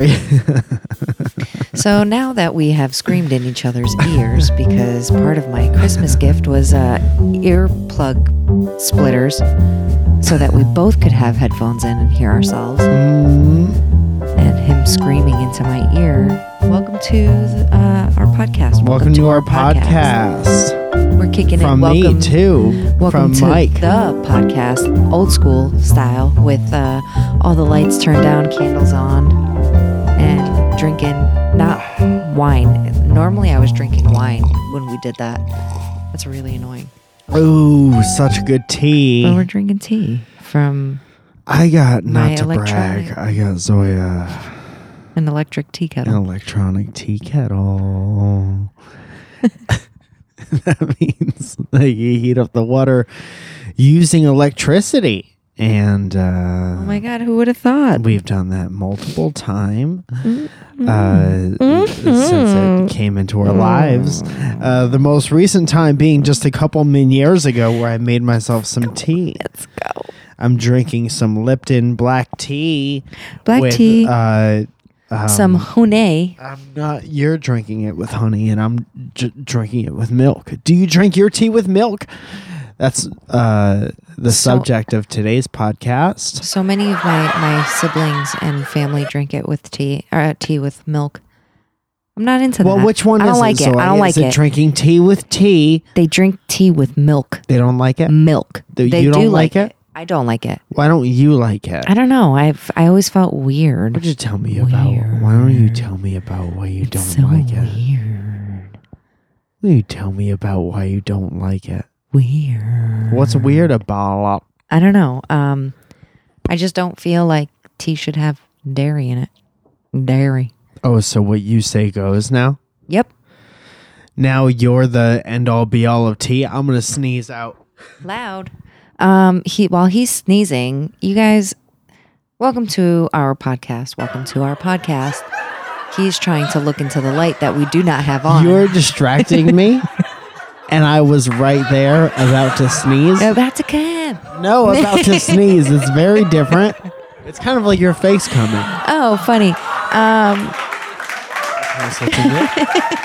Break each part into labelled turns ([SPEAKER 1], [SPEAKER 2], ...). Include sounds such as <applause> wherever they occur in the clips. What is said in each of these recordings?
[SPEAKER 1] Mm-hmm.
[SPEAKER 2] So now that we have screamed in each other's ears, because part of my Christmas gift was uh, earplug splitters, so that we both could have headphones in and hear ourselves,
[SPEAKER 1] Mm,
[SPEAKER 2] and him screaming into my ear. Welcome to the, uh, our podcast.
[SPEAKER 1] welcome to our podcast.
[SPEAKER 2] We're kicking
[SPEAKER 1] From
[SPEAKER 2] it. Welcome,
[SPEAKER 1] me too.
[SPEAKER 2] Welcome
[SPEAKER 1] from
[SPEAKER 2] to
[SPEAKER 1] Mike.
[SPEAKER 2] the podcast, old school style, with uh, all the lights turned down, candles on, and drinking not wine. Normally, I was drinking wine when we did that. That's really annoying.
[SPEAKER 1] oh, such good
[SPEAKER 2] But we're
[SPEAKER 1] tea.
[SPEAKER 2] drinking tea from
[SPEAKER 1] I got
[SPEAKER 2] my
[SPEAKER 1] not to brag.
[SPEAKER 2] electronic-
[SPEAKER 1] I got Zoya
[SPEAKER 2] an electric tea
[SPEAKER 1] an
[SPEAKER 2] kettle.
[SPEAKER 1] electronic tea kettle. <laughs> that means that you heat up the water using electricity, and uh,
[SPEAKER 2] Oh my god, who would have thought?
[SPEAKER 1] We've done that multiple time
[SPEAKER 2] Mm-hmm.
[SPEAKER 1] uh, since it came into
[SPEAKER 2] Mm.
[SPEAKER 1] our lives. Uh, the most recent time being just a couple min years ago, where I made myself some tea.
[SPEAKER 2] Let's go.
[SPEAKER 1] I'm drinking some Lipton black tea.
[SPEAKER 2] Black
[SPEAKER 1] with,
[SPEAKER 2] tea,
[SPEAKER 1] Uh, um,
[SPEAKER 2] some Hune.
[SPEAKER 1] I'm not. You're drinking it with honey, and I'm j- drinking it with milk. Do you drink your tea with milk? That's uh, the
[SPEAKER 2] So-
[SPEAKER 1] subject of today's podcast.
[SPEAKER 2] So many of my, my siblings and family drink it with tea or uh, tea with milk. I'm not into that.
[SPEAKER 1] Well, which one
[SPEAKER 2] I don't
[SPEAKER 1] is it?
[SPEAKER 2] like it.
[SPEAKER 1] Zoe?
[SPEAKER 2] I don't like
[SPEAKER 1] is it,
[SPEAKER 2] it.
[SPEAKER 1] drinking tea with tea.
[SPEAKER 2] they drink tea with milk.
[SPEAKER 1] They don't like it.
[SPEAKER 2] Milk.
[SPEAKER 1] Th-
[SPEAKER 2] they
[SPEAKER 1] you
[SPEAKER 2] do
[SPEAKER 1] don't like it?
[SPEAKER 2] I don't like it.
[SPEAKER 1] Why don't you like it?
[SPEAKER 2] I don't know. I've I always felt weird.
[SPEAKER 1] What'd you tell me about? Why don't you tell me about why you don't
[SPEAKER 2] so
[SPEAKER 1] like it?
[SPEAKER 2] weird.
[SPEAKER 1] Why don't you tell me about why you don't like it?
[SPEAKER 2] Weird.
[SPEAKER 1] What's weird about
[SPEAKER 2] I don't know. Um, I just don't feel like tea should have dairy in it. Dairy.
[SPEAKER 1] it? Oh, so what you say goes now.
[SPEAKER 2] Yep.
[SPEAKER 1] Now you're the end all be all of tea. I'm gonna sneeze out.
[SPEAKER 2] loud. Um, he while he's sneezing, you guys, welcome to our podcast. Welcome to our podcast. He's trying to look into the light that we do not have on.
[SPEAKER 1] You're distracting me, and I was right there about to sneeze.
[SPEAKER 2] about to come.
[SPEAKER 1] No, about
[SPEAKER 2] <laughs>
[SPEAKER 1] to sneeze. It's very different. It's kind of like your face
[SPEAKER 2] <laughs>
[SPEAKER 1] coming.
[SPEAKER 2] Oh, funny. Um,
[SPEAKER 1] That's what you did.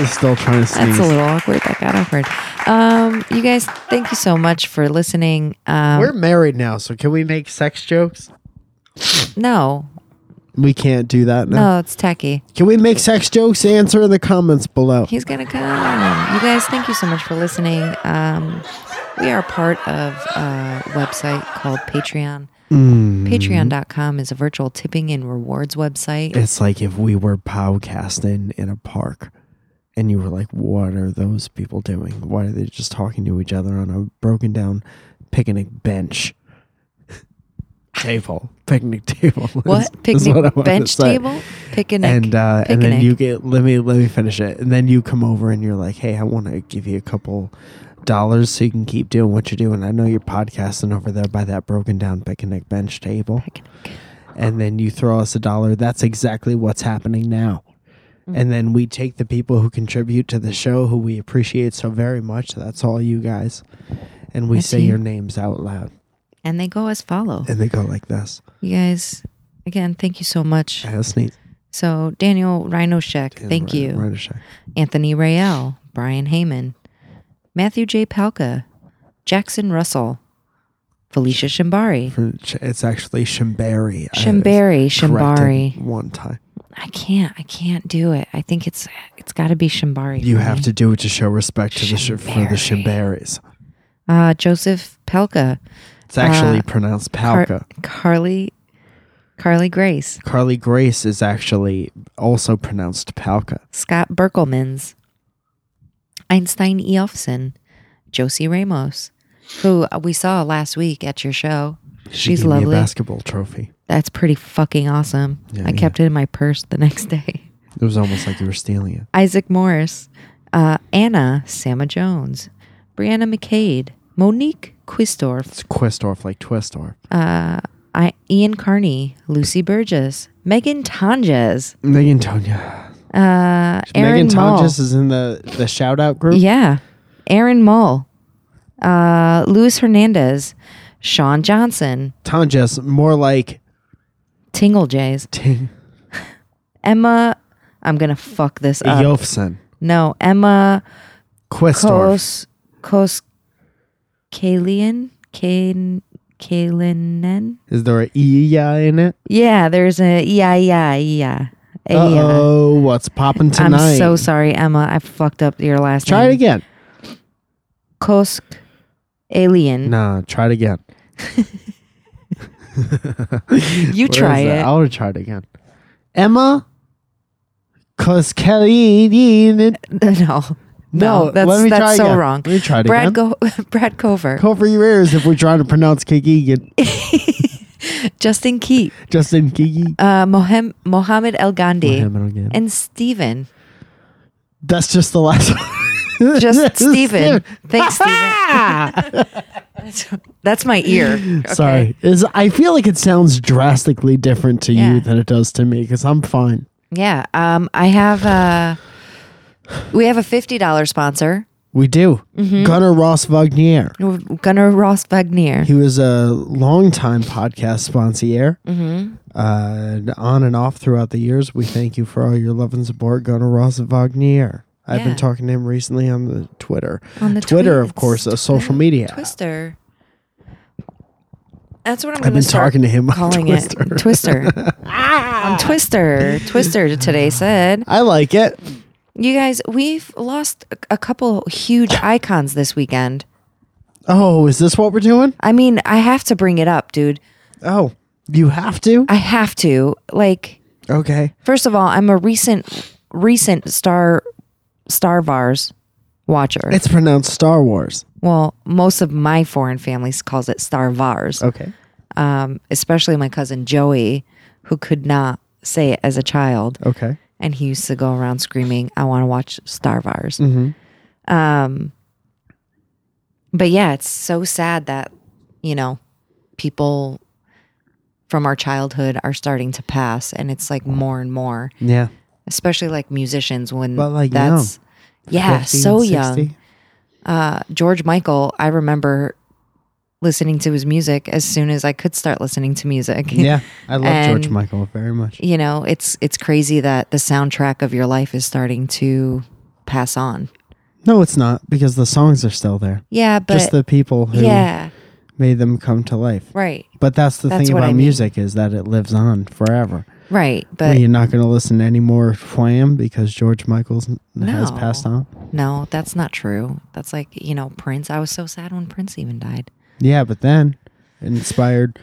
[SPEAKER 1] He's still trying to
[SPEAKER 2] that's
[SPEAKER 1] sneeze.
[SPEAKER 2] a little awkward. That got awkward. Um, you guys, thank you so much for listening. Um,
[SPEAKER 1] We're married now, so can we make sex jokes?
[SPEAKER 2] no,
[SPEAKER 1] We can't do that now.
[SPEAKER 2] no, it's tacky.
[SPEAKER 1] Can we make sex jokes? Answer in the comments below.
[SPEAKER 2] He's gonna come. You guys, thank you so much for listening. Um, we are part of a website called Patreon.
[SPEAKER 1] Mm.
[SPEAKER 2] Patreon.com is a virtual tipping and rewards website.
[SPEAKER 1] It's like if we were podcasting in a park and you were like, what are those people doing? Why are they just talking to each other on a broken down picnic bench? <laughs> table. Picnic table. <laughs> is- is
[SPEAKER 2] What picnic
[SPEAKER 1] what I wanted to
[SPEAKER 2] bench
[SPEAKER 1] say.
[SPEAKER 2] table? Picnic.
[SPEAKER 1] and uh, and then
[SPEAKER 2] Picnic.
[SPEAKER 1] you get let me let me finish it and then you come over and you're like hey i want to give you a couple dollars so you can keep doing what you're doing i know you're podcasting over there by that broken down picnic bench table
[SPEAKER 2] Picnic.
[SPEAKER 1] and then you throw us a dollar that's exactly what's happening now and then we take the people who contribute to the show who we appreciate so very much that's all you guys and we
[SPEAKER 2] That's
[SPEAKER 1] say
[SPEAKER 2] you.
[SPEAKER 1] your names out loud
[SPEAKER 2] and they go as follow.
[SPEAKER 1] and they go like this
[SPEAKER 2] You guys, again, thank you so much.
[SPEAKER 1] I gotta sneeze.
[SPEAKER 2] So Daniel Rhinoshek, thank
[SPEAKER 1] Right-
[SPEAKER 2] you.
[SPEAKER 1] right a sec.
[SPEAKER 2] Anthony Rael, Brian Heyman, Matthew J. Palka, Jackson Russell, Felicia Shimbari,
[SPEAKER 1] it's actually shimbari I-
[SPEAKER 2] Shimbari,
[SPEAKER 1] corrected
[SPEAKER 2] Shimbari.
[SPEAKER 1] One time.
[SPEAKER 2] I can't. I can't do it. I think it's it's got to be Shimbari.
[SPEAKER 1] You
[SPEAKER 2] for
[SPEAKER 1] have
[SPEAKER 2] me.
[SPEAKER 1] to do it to show respect to the sh- for the Shimbaris.
[SPEAKER 2] Uh, Joseph Pelka,
[SPEAKER 1] It's actually
[SPEAKER 2] Uh,
[SPEAKER 1] pronounced
[SPEAKER 2] Car-
[SPEAKER 1] Palka.
[SPEAKER 2] Carly, Carly Grace,
[SPEAKER 1] Carly Grace is actually also pronounced Palka.
[SPEAKER 2] Scott Berkelmans, Einstein Eofson, Josie Ramos, who we saw last week at your show.
[SPEAKER 1] She
[SPEAKER 2] She's
[SPEAKER 1] gave me a
[SPEAKER 2] lovely.
[SPEAKER 1] basketball trophy.
[SPEAKER 2] That's pretty fucking awesome.
[SPEAKER 1] Yeah,
[SPEAKER 2] I
[SPEAKER 1] yeah.
[SPEAKER 2] kept it in my purse the <laughs> next day.
[SPEAKER 1] It was almost like you were stealing it.
[SPEAKER 2] Isaac Morris, uh, Anna Sama Jones, Brianna McCade, Monique Quistorf,
[SPEAKER 1] It's Questorf, like Twistorf.
[SPEAKER 2] uh, I, Ian Carney, Lucy Burgess, Megan Tonjes,
[SPEAKER 1] Megan Tonya.
[SPEAKER 2] uh, Aaron
[SPEAKER 1] Megan
[SPEAKER 2] Mull.
[SPEAKER 1] Tonjes is in the, the shout out group.
[SPEAKER 2] Yeah. Aaron Mull, uh, Luis Hernandez, Sean Johnson,
[SPEAKER 1] Tonjes, more like
[SPEAKER 2] Tingle Jays,
[SPEAKER 1] Ting.
[SPEAKER 2] Emma. I'm gonna fuck this up.
[SPEAKER 1] Jofsen.
[SPEAKER 2] No, Emma
[SPEAKER 1] Questor.
[SPEAKER 2] Kos Kos Kalian Kane Kalinen.
[SPEAKER 1] Is there an E-ya in it?
[SPEAKER 2] Yeah, there's a yeah yeah yeah. yeah.
[SPEAKER 1] Oh, what's popping
[SPEAKER 2] E I'm
[SPEAKER 1] tonight?
[SPEAKER 2] so sorry, Emma. I fucked up your last
[SPEAKER 1] Try
[SPEAKER 2] name.
[SPEAKER 1] it again.
[SPEAKER 2] Kosk Alien.
[SPEAKER 1] Nah, try it again.
[SPEAKER 2] you
[SPEAKER 1] Where
[SPEAKER 2] try
[SPEAKER 1] is that?
[SPEAKER 2] it.
[SPEAKER 1] I'll try it again. Emma Koskelian.
[SPEAKER 2] <laughs> no.
[SPEAKER 1] No,
[SPEAKER 2] No, that's
[SPEAKER 1] let me
[SPEAKER 2] that's
[SPEAKER 1] try
[SPEAKER 2] so
[SPEAKER 1] again.
[SPEAKER 2] wrong.
[SPEAKER 1] Let me try it
[SPEAKER 2] Brad
[SPEAKER 1] again.
[SPEAKER 2] Go- <laughs> Brad Cover.
[SPEAKER 1] Cover your ears if we're trying to pronounce
[SPEAKER 2] <laughs>
[SPEAKER 1] Kikigan.
[SPEAKER 2] Justin Key.
[SPEAKER 1] Justin Kiki.
[SPEAKER 2] Uh Mohem- Mohammed El Gandhi.
[SPEAKER 1] Mohammed again.
[SPEAKER 2] And
[SPEAKER 1] <laughs>
[SPEAKER 2] Steven.
[SPEAKER 1] That's just the last one.
[SPEAKER 2] <laughs>
[SPEAKER 1] <laughs>
[SPEAKER 2] Just Steven. Thanks, Steven. <laughs> That's my ear. okay?
[SPEAKER 1] Sorry. Is I feel like it sounds drastically different to
[SPEAKER 2] Yeah.
[SPEAKER 1] you than it does to me because I'm fine.
[SPEAKER 2] Yeah. Um, I have uh we have a fifty dollar sponsor.
[SPEAKER 1] We do.
[SPEAKER 2] Mm-hmm.
[SPEAKER 1] Gunnar Ross Wagner.
[SPEAKER 2] Gunnar Ross Wagner.
[SPEAKER 1] He was a longtime podcast sponsor,
[SPEAKER 2] Mm-hmm.
[SPEAKER 1] uh, on and off throughout the years. We thank you for all your love and support, Gunnar Ross Wagner. I've
[SPEAKER 2] Yeah.
[SPEAKER 1] been talking to him recently on the Twitter.
[SPEAKER 2] On the
[SPEAKER 1] Twitter, of
[SPEAKER 2] tweets.
[SPEAKER 1] course, a social media. app.
[SPEAKER 2] Twister. That's what I'm
[SPEAKER 1] I've
[SPEAKER 2] gonna
[SPEAKER 1] been
[SPEAKER 2] start
[SPEAKER 1] talking to him on
[SPEAKER 2] calling
[SPEAKER 1] Twister. Ah.
[SPEAKER 2] it. <laughs> Twister. on Twister. Twister today said.
[SPEAKER 1] I like it.
[SPEAKER 2] You guys, we've lost a- a couple huge icons this weekend.
[SPEAKER 1] Oh, is this what we're doing?
[SPEAKER 2] I mean, I have to bring it up, dude.
[SPEAKER 1] Oh, you have to.
[SPEAKER 2] I have to. Like,
[SPEAKER 1] Okay.
[SPEAKER 2] first of all, I'm a recent recent Star Star Vars watcher.
[SPEAKER 1] It's pronounced Star Wars.
[SPEAKER 2] well, most of my foreign families calls it Star Vars.
[SPEAKER 1] Okay.
[SPEAKER 2] Um, especially my cousin Joey, who could not say it as a child.
[SPEAKER 1] Okay.
[SPEAKER 2] and he used to go around screaming, "I want to watch Star Wars."
[SPEAKER 1] Mhm.
[SPEAKER 2] Um, but yeah, it's so sad that you know people from our childhood are starting to pass, and it's like
[SPEAKER 1] Mm.
[SPEAKER 2] more and more,
[SPEAKER 1] Yeah.
[SPEAKER 2] especially like musicians when
[SPEAKER 1] But, like,
[SPEAKER 2] that's yeah,
[SPEAKER 1] 50,
[SPEAKER 2] so
[SPEAKER 1] 60.
[SPEAKER 2] young. Uh, George Michael, I remember listening to his music as soon as I could start listening to music. <laughs>
[SPEAKER 1] Yeah, I love George
[SPEAKER 2] And-
[SPEAKER 1] Michael very much.
[SPEAKER 2] you know it's it's crazy that the soundtrack of your life is starting to pass on
[SPEAKER 1] No, it's not because the songs are still there.
[SPEAKER 2] yeah but
[SPEAKER 1] Just the people who
[SPEAKER 2] yeah
[SPEAKER 1] made them come to life.
[SPEAKER 2] right
[SPEAKER 1] But that's the
[SPEAKER 2] That's
[SPEAKER 1] thing
[SPEAKER 2] what
[SPEAKER 1] about
[SPEAKER 2] I mean.
[SPEAKER 1] music is that it lives on forever.
[SPEAKER 2] right but
[SPEAKER 1] You're not going to listen to any more Wham because George Michael's n- has
[SPEAKER 2] No.
[SPEAKER 1] passed on.
[SPEAKER 2] no that's not true that's like you know prince i was so sad when prince even died
[SPEAKER 1] Yeah, but then it inspired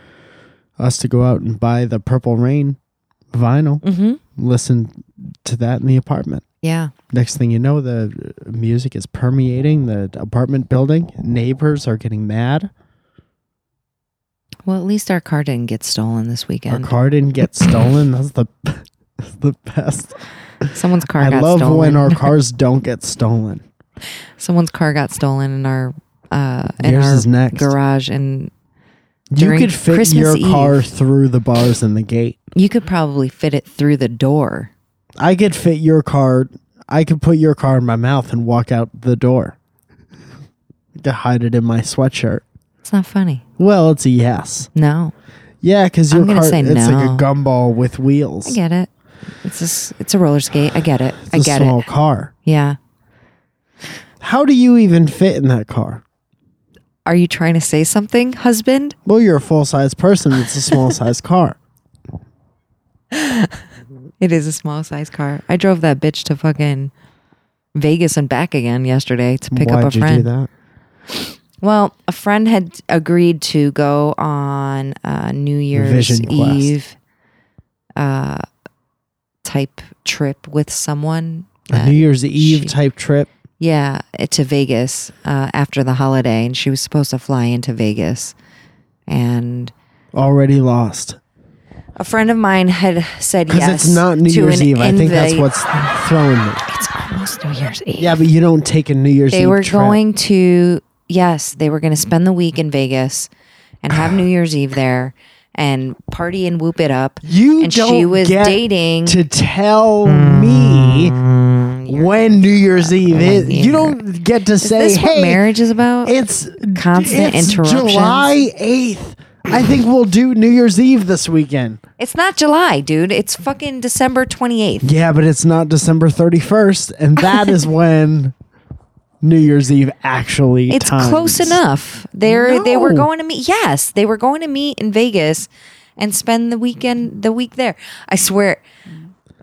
[SPEAKER 1] us to go out and buy the Purple Rain vinyl,
[SPEAKER 2] mm-hmm
[SPEAKER 1] listen to that in the apartment.
[SPEAKER 2] yeah
[SPEAKER 1] Next thing you know, the uh, music is permeating the apartment building. Neighbors are getting mad.
[SPEAKER 2] well at least our car didn't get stolen this
[SPEAKER 1] Our
[SPEAKER 2] weekend
[SPEAKER 1] car didn't get stolen. That's the <laughs> that's the best.
[SPEAKER 2] someone's car
[SPEAKER 1] I
[SPEAKER 2] got
[SPEAKER 1] love
[SPEAKER 2] stolen
[SPEAKER 1] when
[SPEAKER 2] <laughs>
[SPEAKER 1] our cars don't get stolen.
[SPEAKER 2] someone's car got stolen in our uh in
[SPEAKER 1] Yours
[SPEAKER 2] our
[SPEAKER 1] is next.
[SPEAKER 2] garage and
[SPEAKER 1] You
[SPEAKER 2] During
[SPEAKER 1] could fit
[SPEAKER 2] Christmas
[SPEAKER 1] your
[SPEAKER 2] Eve.
[SPEAKER 1] car through the bars and the gate.
[SPEAKER 2] you could probably fit it through the door
[SPEAKER 1] I could fit your car. I could put your car in my mouth and walk out the door. To hide it in my sweatshirt.
[SPEAKER 2] it's not funny
[SPEAKER 1] Well, it's a yes.
[SPEAKER 2] no
[SPEAKER 1] Yeah, because your
[SPEAKER 2] I'm gonna
[SPEAKER 1] car
[SPEAKER 2] say
[SPEAKER 1] it's like
[SPEAKER 2] no.
[SPEAKER 1] a gumball with wheels.
[SPEAKER 2] I get it. It's just, it's a roller skate. I get it.
[SPEAKER 1] it's
[SPEAKER 2] I
[SPEAKER 1] a
[SPEAKER 2] get
[SPEAKER 1] small
[SPEAKER 2] it.
[SPEAKER 1] car.
[SPEAKER 2] Yeah.
[SPEAKER 1] How do you even fit in that car?
[SPEAKER 2] Are you trying to say something, husband?
[SPEAKER 1] Well, you're a full size person. It's a small size car.
[SPEAKER 2] It is a small size car. I drove that bitch to fucking Vegas and back again yesterday to <laughs> pick
[SPEAKER 1] Why'd
[SPEAKER 2] up a
[SPEAKER 1] you do
[SPEAKER 2] friend.
[SPEAKER 1] that?
[SPEAKER 2] Well, a friend had agreed to go on uh, New Year's
[SPEAKER 1] Vision Quest.
[SPEAKER 2] Eve uh, type trip with someone.
[SPEAKER 1] a
[SPEAKER 2] that-
[SPEAKER 1] New Year's Eve
[SPEAKER 2] she-
[SPEAKER 1] type trip.
[SPEAKER 2] Yeah, eh, to Vegas uh, after the holiday, and she was supposed to fly into Vegas, and
[SPEAKER 1] Already lost
[SPEAKER 2] A friend of mine had said
[SPEAKER 1] because
[SPEAKER 2] yes.
[SPEAKER 1] it's not New
[SPEAKER 2] to
[SPEAKER 1] Year's
[SPEAKER 2] an
[SPEAKER 1] Eve. I think that's
[SPEAKER 2] invite.
[SPEAKER 1] what's throwing me.
[SPEAKER 2] It's almost New Year's Eve.
[SPEAKER 1] Yeah, but you don't take a New Year's
[SPEAKER 2] they
[SPEAKER 1] Eve
[SPEAKER 2] were
[SPEAKER 1] trip.
[SPEAKER 2] going to, yes, they were going to spend the week in Vegas and
[SPEAKER 1] <sighs>
[SPEAKER 2] have New Year's Eve there and party and whoop it up.
[SPEAKER 1] You
[SPEAKER 2] and
[SPEAKER 1] don't
[SPEAKER 2] she was
[SPEAKER 1] get
[SPEAKER 2] dating.
[SPEAKER 1] to tell me when New Year's Eve is.
[SPEAKER 2] New
[SPEAKER 1] You
[SPEAKER 2] Year.
[SPEAKER 1] don't get to
[SPEAKER 2] Is
[SPEAKER 1] say,
[SPEAKER 2] this what
[SPEAKER 1] "Hey,
[SPEAKER 2] marriage is about?
[SPEAKER 1] it's
[SPEAKER 2] Constant
[SPEAKER 1] it's
[SPEAKER 2] interruptions.
[SPEAKER 1] July eighth. I think we'll do New Year's Eve this weekend.
[SPEAKER 2] It's not July, dude. It's fucking December 28th.
[SPEAKER 1] Yeah, but it's not December 31st, and that
[SPEAKER 2] <laughs>
[SPEAKER 1] is when New Year's Eve actually
[SPEAKER 2] It's
[SPEAKER 1] times.
[SPEAKER 2] close enough. They're they were
[SPEAKER 1] No.
[SPEAKER 2] going to meet. Yes, they were going to meet in Vegas and spend the weekend the week there. I swear,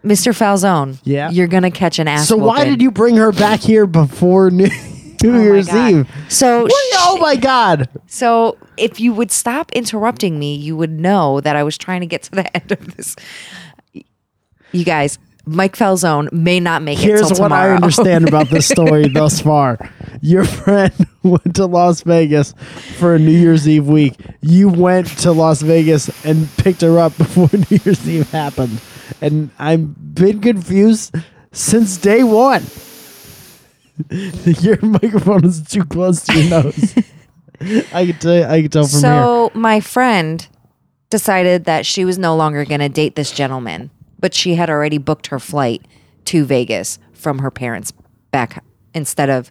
[SPEAKER 2] Mr. Falzone.
[SPEAKER 1] Yeah.
[SPEAKER 2] you're gonna catch an ass.
[SPEAKER 1] So why
[SPEAKER 2] whooping.
[SPEAKER 1] did you bring her back here before New, <laughs> New
[SPEAKER 2] Oh my
[SPEAKER 1] Year's
[SPEAKER 2] God.
[SPEAKER 1] Eve?
[SPEAKER 2] So
[SPEAKER 1] What- oh my God!
[SPEAKER 2] So if you would stop interrupting me, you would know that I was trying to get to the <laughs> end of this. You guys, Mike Falzone may not make it
[SPEAKER 1] Here's
[SPEAKER 2] till
[SPEAKER 1] what
[SPEAKER 2] tomorrow. <laughs>
[SPEAKER 1] I understand about this story thus far. Your friend <laughs> went to Las Vegas for a New Year's Eve week. You went to Las Vegas and picked her up <laughs> before New Year's Eve happened. And I've been confused since day one. <laughs> Your microphone is too close to your
[SPEAKER 2] <laughs>
[SPEAKER 1] nose. I can tell. I can tell from here.
[SPEAKER 2] so my friend decided that she was no longer going to date this gentleman, but she had already booked her flight to Vegas from her parents back instead of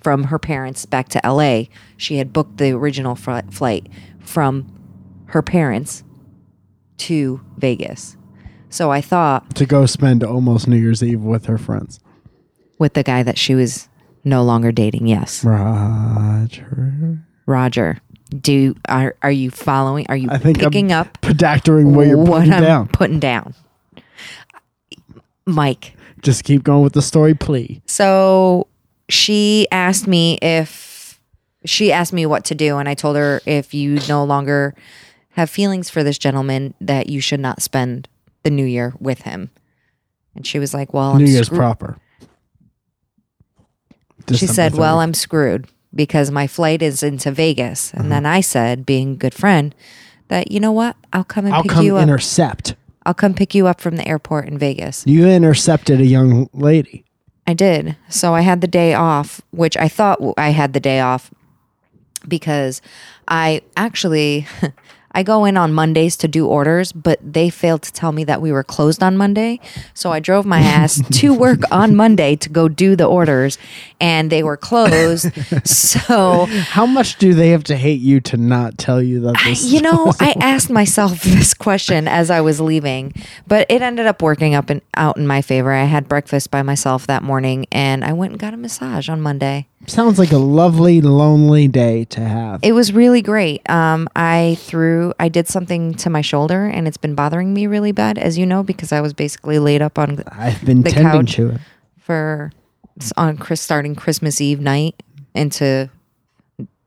[SPEAKER 2] from her parents back to LA. She had booked the original fr- flight from her parents to Vegas. So I thought
[SPEAKER 1] To go spend almost New Year's Eve with her friends.
[SPEAKER 2] with the guy that she was no longer dating. Yes,
[SPEAKER 1] Roger.
[SPEAKER 2] Roger. Do are are you following? Are you
[SPEAKER 1] I think
[SPEAKER 2] picking
[SPEAKER 1] I'm
[SPEAKER 2] up
[SPEAKER 1] Pedactoring where you're
[SPEAKER 2] what
[SPEAKER 1] putting
[SPEAKER 2] I'm
[SPEAKER 1] down.
[SPEAKER 2] putting down, Mike?
[SPEAKER 1] Just keep going with the story, please.
[SPEAKER 2] So she asked me if she asked me what to do, and I told her if you no longer have feelings for this gentleman, that you should not spend the new year with him. And she was like, "Well, I'm
[SPEAKER 1] New Year's
[SPEAKER 2] screw-
[SPEAKER 1] proper.
[SPEAKER 2] she said, Well, I'm screwed because my flight is into Vegas.
[SPEAKER 1] Mm-hmm.
[SPEAKER 2] And then I said, being a good friend, that you know what? I'll come and
[SPEAKER 1] I'll
[SPEAKER 2] pick
[SPEAKER 1] come
[SPEAKER 2] you up.
[SPEAKER 1] intercept.
[SPEAKER 2] I'll come pick you up from the airport in Vegas.
[SPEAKER 1] You intercepted a young lady.
[SPEAKER 2] I did. So I had the day off, which I thought w- I had the day off because I actually <laughs> I go in on Mondays to do orders, but they failed to tell me that we were closed on Monday. So I drove my ass to work on Monday to go do the orders and they were closed. so
[SPEAKER 1] How much do they have to hate you to not tell you that this?
[SPEAKER 2] you know, I asked myself <laughs> this question as I was leaving, but it ended up working up and out in my favor. I had breakfast by myself that morning, and I went and got a massage on Monday.
[SPEAKER 1] sounds like a lovely, lonely day to have.
[SPEAKER 2] It was really great. Um, I threw, I did something to my shoulder, and it's been bothering me really bad, as you know, because I was basically laid up on
[SPEAKER 1] I've been
[SPEAKER 2] the
[SPEAKER 1] tending
[SPEAKER 2] couch.
[SPEAKER 1] to it.
[SPEAKER 2] for on Chris starting Christmas Eve night into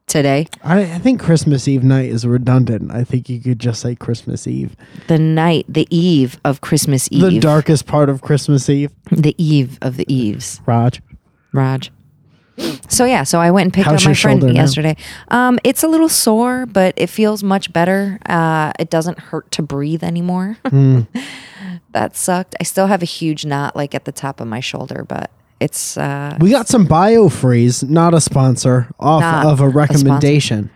[SPEAKER 2] today,
[SPEAKER 1] I, I think Christmas Eve night is redundant. I think you could just say Christmas Eve.
[SPEAKER 2] the night, the eve of Christmas Eve,
[SPEAKER 1] The darkest part of Christmas Eve,
[SPEAKER 2] the eve of the eves.
[SPEAKER 1] Raj.
[SPEAKER 2] Raj. So yeah, so I went and picked
[SPEAKER 1] How's
[SPEAKER 2] up my
[SPEAKER 1] your
[SPEAKER 2] friend
[SPEAKER 1] shoulder now?
[SPEAKER 2] yesterday. Um, it's a little sore, but it feels much better. Uh, it doesn't hurt to breathe anymore. <laughs>
[SPEAKER 1] Hmm.
[SPEAKER 2] that sucked. I still have a huge knot like at the top of my shoulder, but it's uh,
[SPEAKER 1] We got some biofreeze, not a sponsor, off
[SPEAKER 2] Not
[SPEAKER 1] of a
[SPEAKER 2] a sponsor.
[SPEAKER 1] recommendation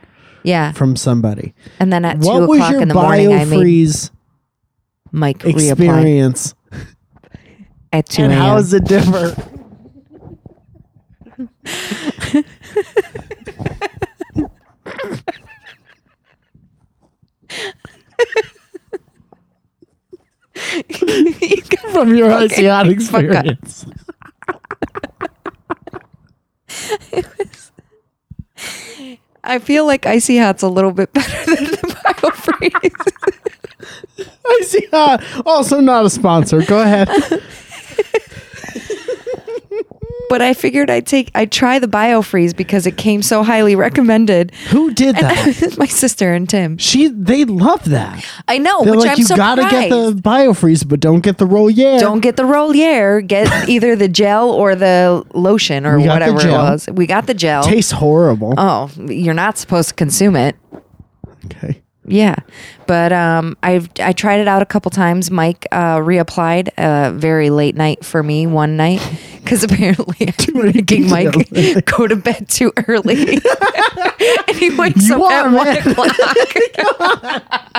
[SPEAKER 2] yeah.
[SPEAKER 1] from somebody.
[SPEAKER 2] And then at
[SPEAKER 1] What
[SPEAKER 2] two
[SPEAKER 1] was
[SPEAKER 2] o'clock
[SPEAKER 1] your
[SPEAKER 2] in the morning, I made
[SPEAKER 1] biofreeze
[SPEAKER 2] Mike reapply
[SPEAKER 1] experience?
[SPEAKER 2] at two
[SPEAKER 1] And how
[SPEAKER 2] a.m. <laughs>
[SPEAKER 1] does it differ? From your ICOT <laughs>
[SPEAKER 2] <laughs>
[SPEAKER 1] experience.
[SPEAKER 2] I feel like icy hot's a little bit <laughs> better than the biofreeze. <laughs>
[SPEAKER 1] ICOT, also not a sponsor. Go
[SPEAKER 2] <laughs>
[SPEAKER 1] ahead.
[SPEAKER 2] but I figured I'd take I'd try the biofreeze because it came so highly recommended.
[SPEAKER 1] Who did
[SPEAKER 2] <laughs>
[SPEAKER 1] that?
[SPEAKER 2] And my sister and Tim.
[SPEAKER 1] She, they love that.
[SPEAKER 2] I know,
[SPEAKER 1] They're
[SPEAKER 2] which
[SPEAKER 1] like,
[SPEAKER 2] I'm
[SPEAKER 1] you
[SPEAKER 2] surprised.
[SPEAKER 1] gotta get the biofreeze, but don't get the roll. Yeah,
[SPEAKER 2] Don't get the Rolier.
[SPEAKER 1] <laughs>
[SPEAKER 2] Get either the gel or the lotion or
[SPEAKER 1] We got the
[SPEAKER 2] whatever it
[SPEAKER 1] gel.
[SPEAKER 2] was. We got the gel.
[SPEAKER 1] tastes horrible.
[SPEAKER 2] oh, you're not supposed to consume it.
[SPEAKER 1] okay.
[SPEAKER 2] Yeah, but um, I've I tried it out a couple times. Mike uh, reapplied uh, very late night for me one night because <laughs> apparently I'm
[SPEAKER 1] many
[SPEAKER 2] making Mike <laughs>
[SPEAKER 1] details.
[SPEAKER 2] go to bed too early, <laughs> and he wakes
[SPEAKER 1] You
[SPEAKER 2] up
[SPEAKER 1] are,
[SPEAKER 2] at
[SPEAKER 1] man.
[SPEAKER 2] one o'clock. <laughs>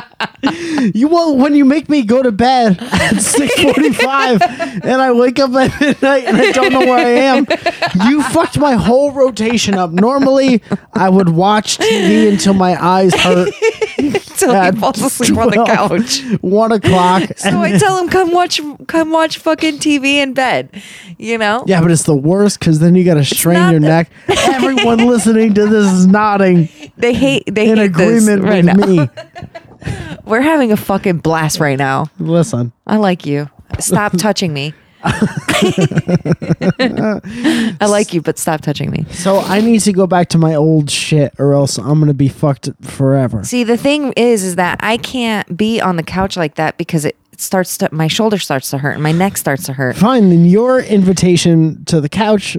[SPEAKER 1] You well, when you make me go to bed <laughs> at six forty-five, and I wake up at midnight and I don't know where I am. You fucked my whole
[SPEAKER 2] <laughs>
[SPEAKER 1] rotation up. Normally, I would watch TV until my eyes hurt,
[SPEAKER 2] until he falls asleep on the couch.
[SPEAKER 1] One o'clock.
[SPEAKER 2] So I tell him come watch come watch fucking TV in bed, you know?
[SPEAKER 1] yeah, but it's the worst because then you got to strain
[SPEAKER 2] not
[SPEAKER 1] your
[SPEAKER 2] the-
[SPEAKER 1] neck. Everyone listening to this is
[SPEAKER 2] <laughs>
[SPEAKER 1] nodding
[SPEAKER 2] They hate they
[SPEAKER 1] in
[SPEAKER 2] hate this
[SPEAKER 1] agreement
[SPEAKER 2] right
[SPEAKER 1] with
[SPEAKER 2] now.
[SPEAKER 1] me.
[SPEAKER 2] We're having a fucking blast right now.
[SPEAKER 1] Listen,
[SPEAKER 2] I like you.
[SPEAKER 1] <laughs>
[SPEAKER 2] Stop touching me. I like you, but stop touching me.
[SPEAKER 1] so I need to go back to my old shit, or else I'm gonna be fucked forever.
[SPEAKER 2] See, the thing is, is that I can't be on the couch like that because it starts to my shoulder starts to hurt and my neck starts to hurt.
[SPEAKER 1] Fine, then your invitation to the couch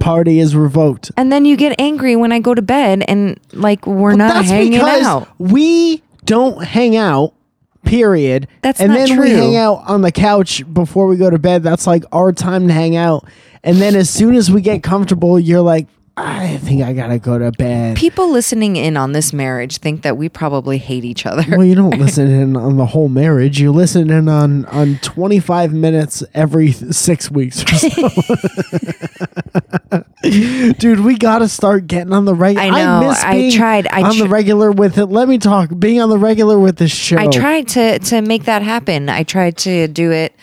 [SPEAKER 1] party is revoked.
[SPEAKER 2] And then you get angry when I go to bed and like we're not
[SPEAKER 1] That's
[SPEAKER 2] hanging
[SPEAKER 1] because
[SPEAKER 2] out.
[SPEAKER 1] we don't hang out. Period.
[SPEAKER 2] That's
[SPEAKER 1] and
[SPEAKER 2] not
[SPEAKER 1] then we
[SPEAKER 2] true.
[SPEAKER 1] hang out on the couch before we go to bed. That's like our time to hang out. And then as soon as we get comfortable, you're like, I think I gotta go to bed.
[SPEAKER 2] People listening in on this marriage think that we probably hate each other. <laughs>
[SPEAKER 1] well, you don't listen in on the whole marriage. You listen in on on 25 minutes every th- six weeks or so. <laughs> Dude, we gotta start getting on the regular.
[SPEAKER 2] I know. I tried. I
[SPEAKER 1] on the
[SPEAKER 2] tr-
[SPEAKER 1] regular with it. Let me talk. Being on the regular with this show.
[SPEAKER 2] I tried to to make that happen. I tried to do it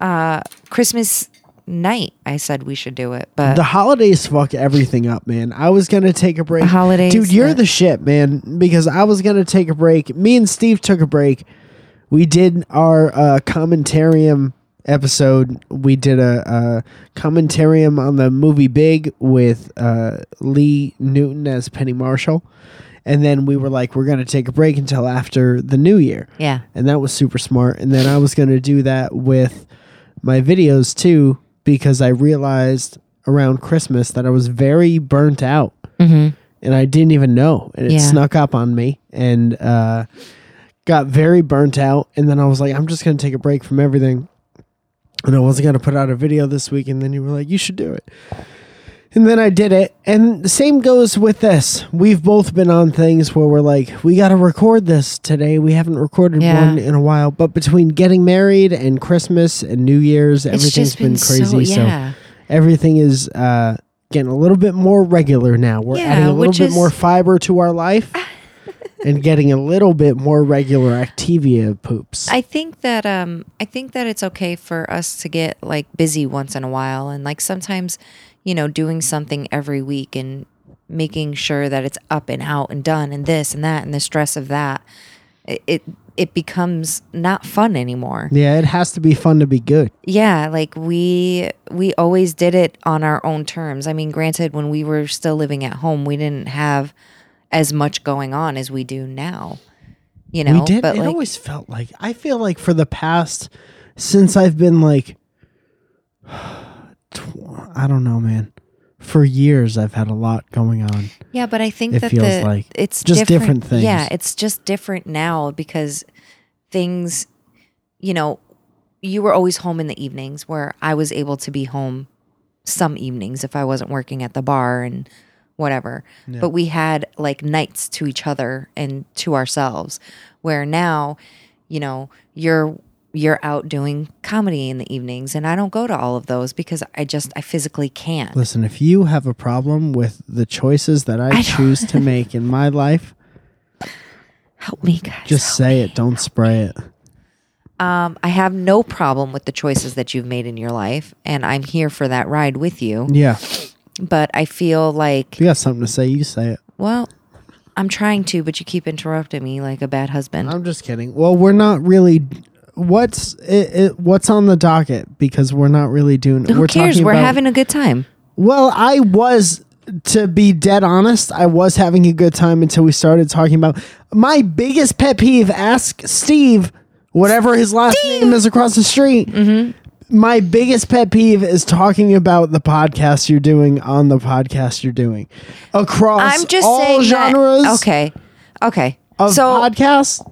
[SPEAKER 2] uh Christmas night. I said we should do it, but
[SPEAKER 1] The holidays fuck everything up, man. I was gonna take a break.
[SPEAKER 2] The holidays,
[SPEAKER 1] dude, you're
[SPEAKER 2] yeah.
[SPEAKER 1] the shit, man. Because I was gonna take a break. Me and Steve took a break. We did our uh, commentarium episode. We did a, a commentarium on the movie Big with uh, Lee Newton as Penny Marshall, and then we were like, we're gonna take a break until after the new year
[SPEAKER 2] yeah.
[SPEAKER 1] and that was super smart. And then I was going to do that with my videos too because I realized around Christmas that I was very burnt out
[SPEAKER 2] Mhm.
[SPEAKER 1] and I didn't even know. And it
[SPEAKER 2] Yeah.
[SPEAKER 1] snuck up on me and uh, got very burnt out. And then I was like, I'm just going to take a break from everything. And I wasn't going to put out a video this week. And then you were like, you should do it. And then I did it. And the same goes with this. We've both been on things where we're like, we got to record this today. We haven't recorded
[SPEAKER 2] Yeah.
[SPEAKER 1] one in a while. But between getting married and Christmas and New Year's,
[SPEAKER 2] It's
[SPEAKER 1] everything's
[SPEAKER 2] just
[SPEAKER 1] been,
[SPEAKER 2] been,
[SPEAKER 1] crazy.
[SPEAKER 2] so
[SPEAKER 1] So,
[SPEAKER 2] yeah.
[SPEAKER 1] everything is uh, getting a little bit more regular now. We're
[SPEAKER 2] Yeah,
[SPEAKER 1] adding a little
[SPEAKER 2] which
[SPEAKER 1] bit
[SPEAKER 2] is-
[SPEAKER 1] more fiber to our
[SPEAKER 2] <laughs>
[SPEAKER 1] life and getting a little bit more regular Activia poops.
[SPEAKER 2] I think that um I think that it's okay for us to get like busy once in a while and like sometimes, you know, doing something every week and making sure that it's up and out and done and this and that and the stress of that. It it, it becomes not fun anymore.
[SPEAKER 1] yeah, it has to be fun to be good.
[SPEAKER 2] yeah like we we always did it on our own terms i mean granted when we were still living at home we didn't have as much going on as we do now you know
[SPEAKER 1] we did.
[SPEAKER 2] but
[SPEAKER 1] it
[SPEAKER 2] like
[SPEAKER 1] always felt like I feel like for the past since I've been like, <sighs> tw- I don't know, man. For years, I've had a lot going on.
[SPEAKER 2] yeah but i think
[SPEAKER 1] it
[SPEAKER 2] that
[SPEAKER 1] feels
[SPEAKER 2] the
[SPEAKER 1] like
[SPEAKER 2] it's
[SPEAKER 1] just different things.
[SPEAKER 2] yeah it's just different now because things you know you were always home in the evenings where i was able to be home some evenings if i wasn't working at the bar and whatever but we had like nights to each other and to ourselves where now you know you're you're out doing comedy in the evenings and i don't go to all of those because i just i physically can't
[SPEAKER 1] Listen, if you have a problem with the choices that I,
[SPEAKER 2] don't-
[SPEAKER 1] choose
[SPEAKER 2] <laughs>
[SPEAKER 1] to make in my life,
[SPEAKER 2] help me guys
[SPEAKER 1] just say it. Don't spray it.
[SPEAKER 2] Um, I have no problem with the choices that you've made in your life, and I'm here for that ride with you.
[SPEAKER 1] Yeah,
[SPEAKER 2] But I feel like,
[SPEAKER 1] if you got something to say, you say it.
[SPEAKER 2] well, I'm trying to, but you keep interrupting me like a bad husband.
[SPEAKER 1] I'm just kidding. Well, we're not really. What's it, it, what's on the docket? Because we're not really doing.
[SPEAKER 2] Who
[SPEAKER 1] we're
[SPEAKER 2] cares?
[SPEAKER 1] Talking
[SPEAKER 2] We're
[SPEAKER 1] about,
[SPEAKER 2] having a good time.
[SPEAKER 1] Well, I was, to be dead honest, I was having a good time until we started talking about my biggest pet peeve. Ask Steve, whatever his last name is across the street.
[SPEAKER 2] Mm-hmm.
[SPEAKER 1] My biggest pet peeve is talking about the podcast you're doing on the podcast you're doing across
[SPEAKER 2] I'm just
[SPEAKER 1] all
[SPEAKER 2] saying that-
[SPEAKER 1] genres
[SPEAKER 2] okay, okay.
[SPEAKER 1] of
[SPEAKER 2] so
[SPEAKER 1] podcasts.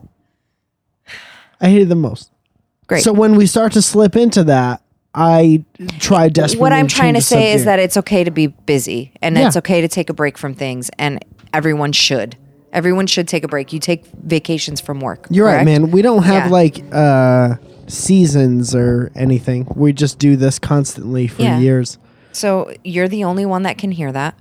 [SPEAKER 1] I hate it the most.
[SPEAKER 2] great.
[SPEAKER 1] So when we start to slip into that, I try desperately.
[SPEAKER 2] what I'm
[SPEAKER 1] to
[SPEAKER 2] trying to
[SPEAKER 1] change the
[SPEAKER 2] say is
[SPEAKER 1] subject.
[SPEAKER 2] that it's okay to be busy and
[SPEAKER 1] Yeah.
[SPEAKER 2] it's okay to take a break from things, and everyone should. Everyone should take a break. You take vacations from work.
[SPEAKER 1] You're right,
[SPEAKER 2] correct?
[SPEAKER 1] man. We don't have
[SPEAKER 2] Yeah.
[SPEAKER 1] like uh seasons or anything. We just do this constantly for
[SPEAKER 2] Yeah.
[SPEAKER 1] years.
[SPEAKER 2] <laughs> So you're the only one that can hear that.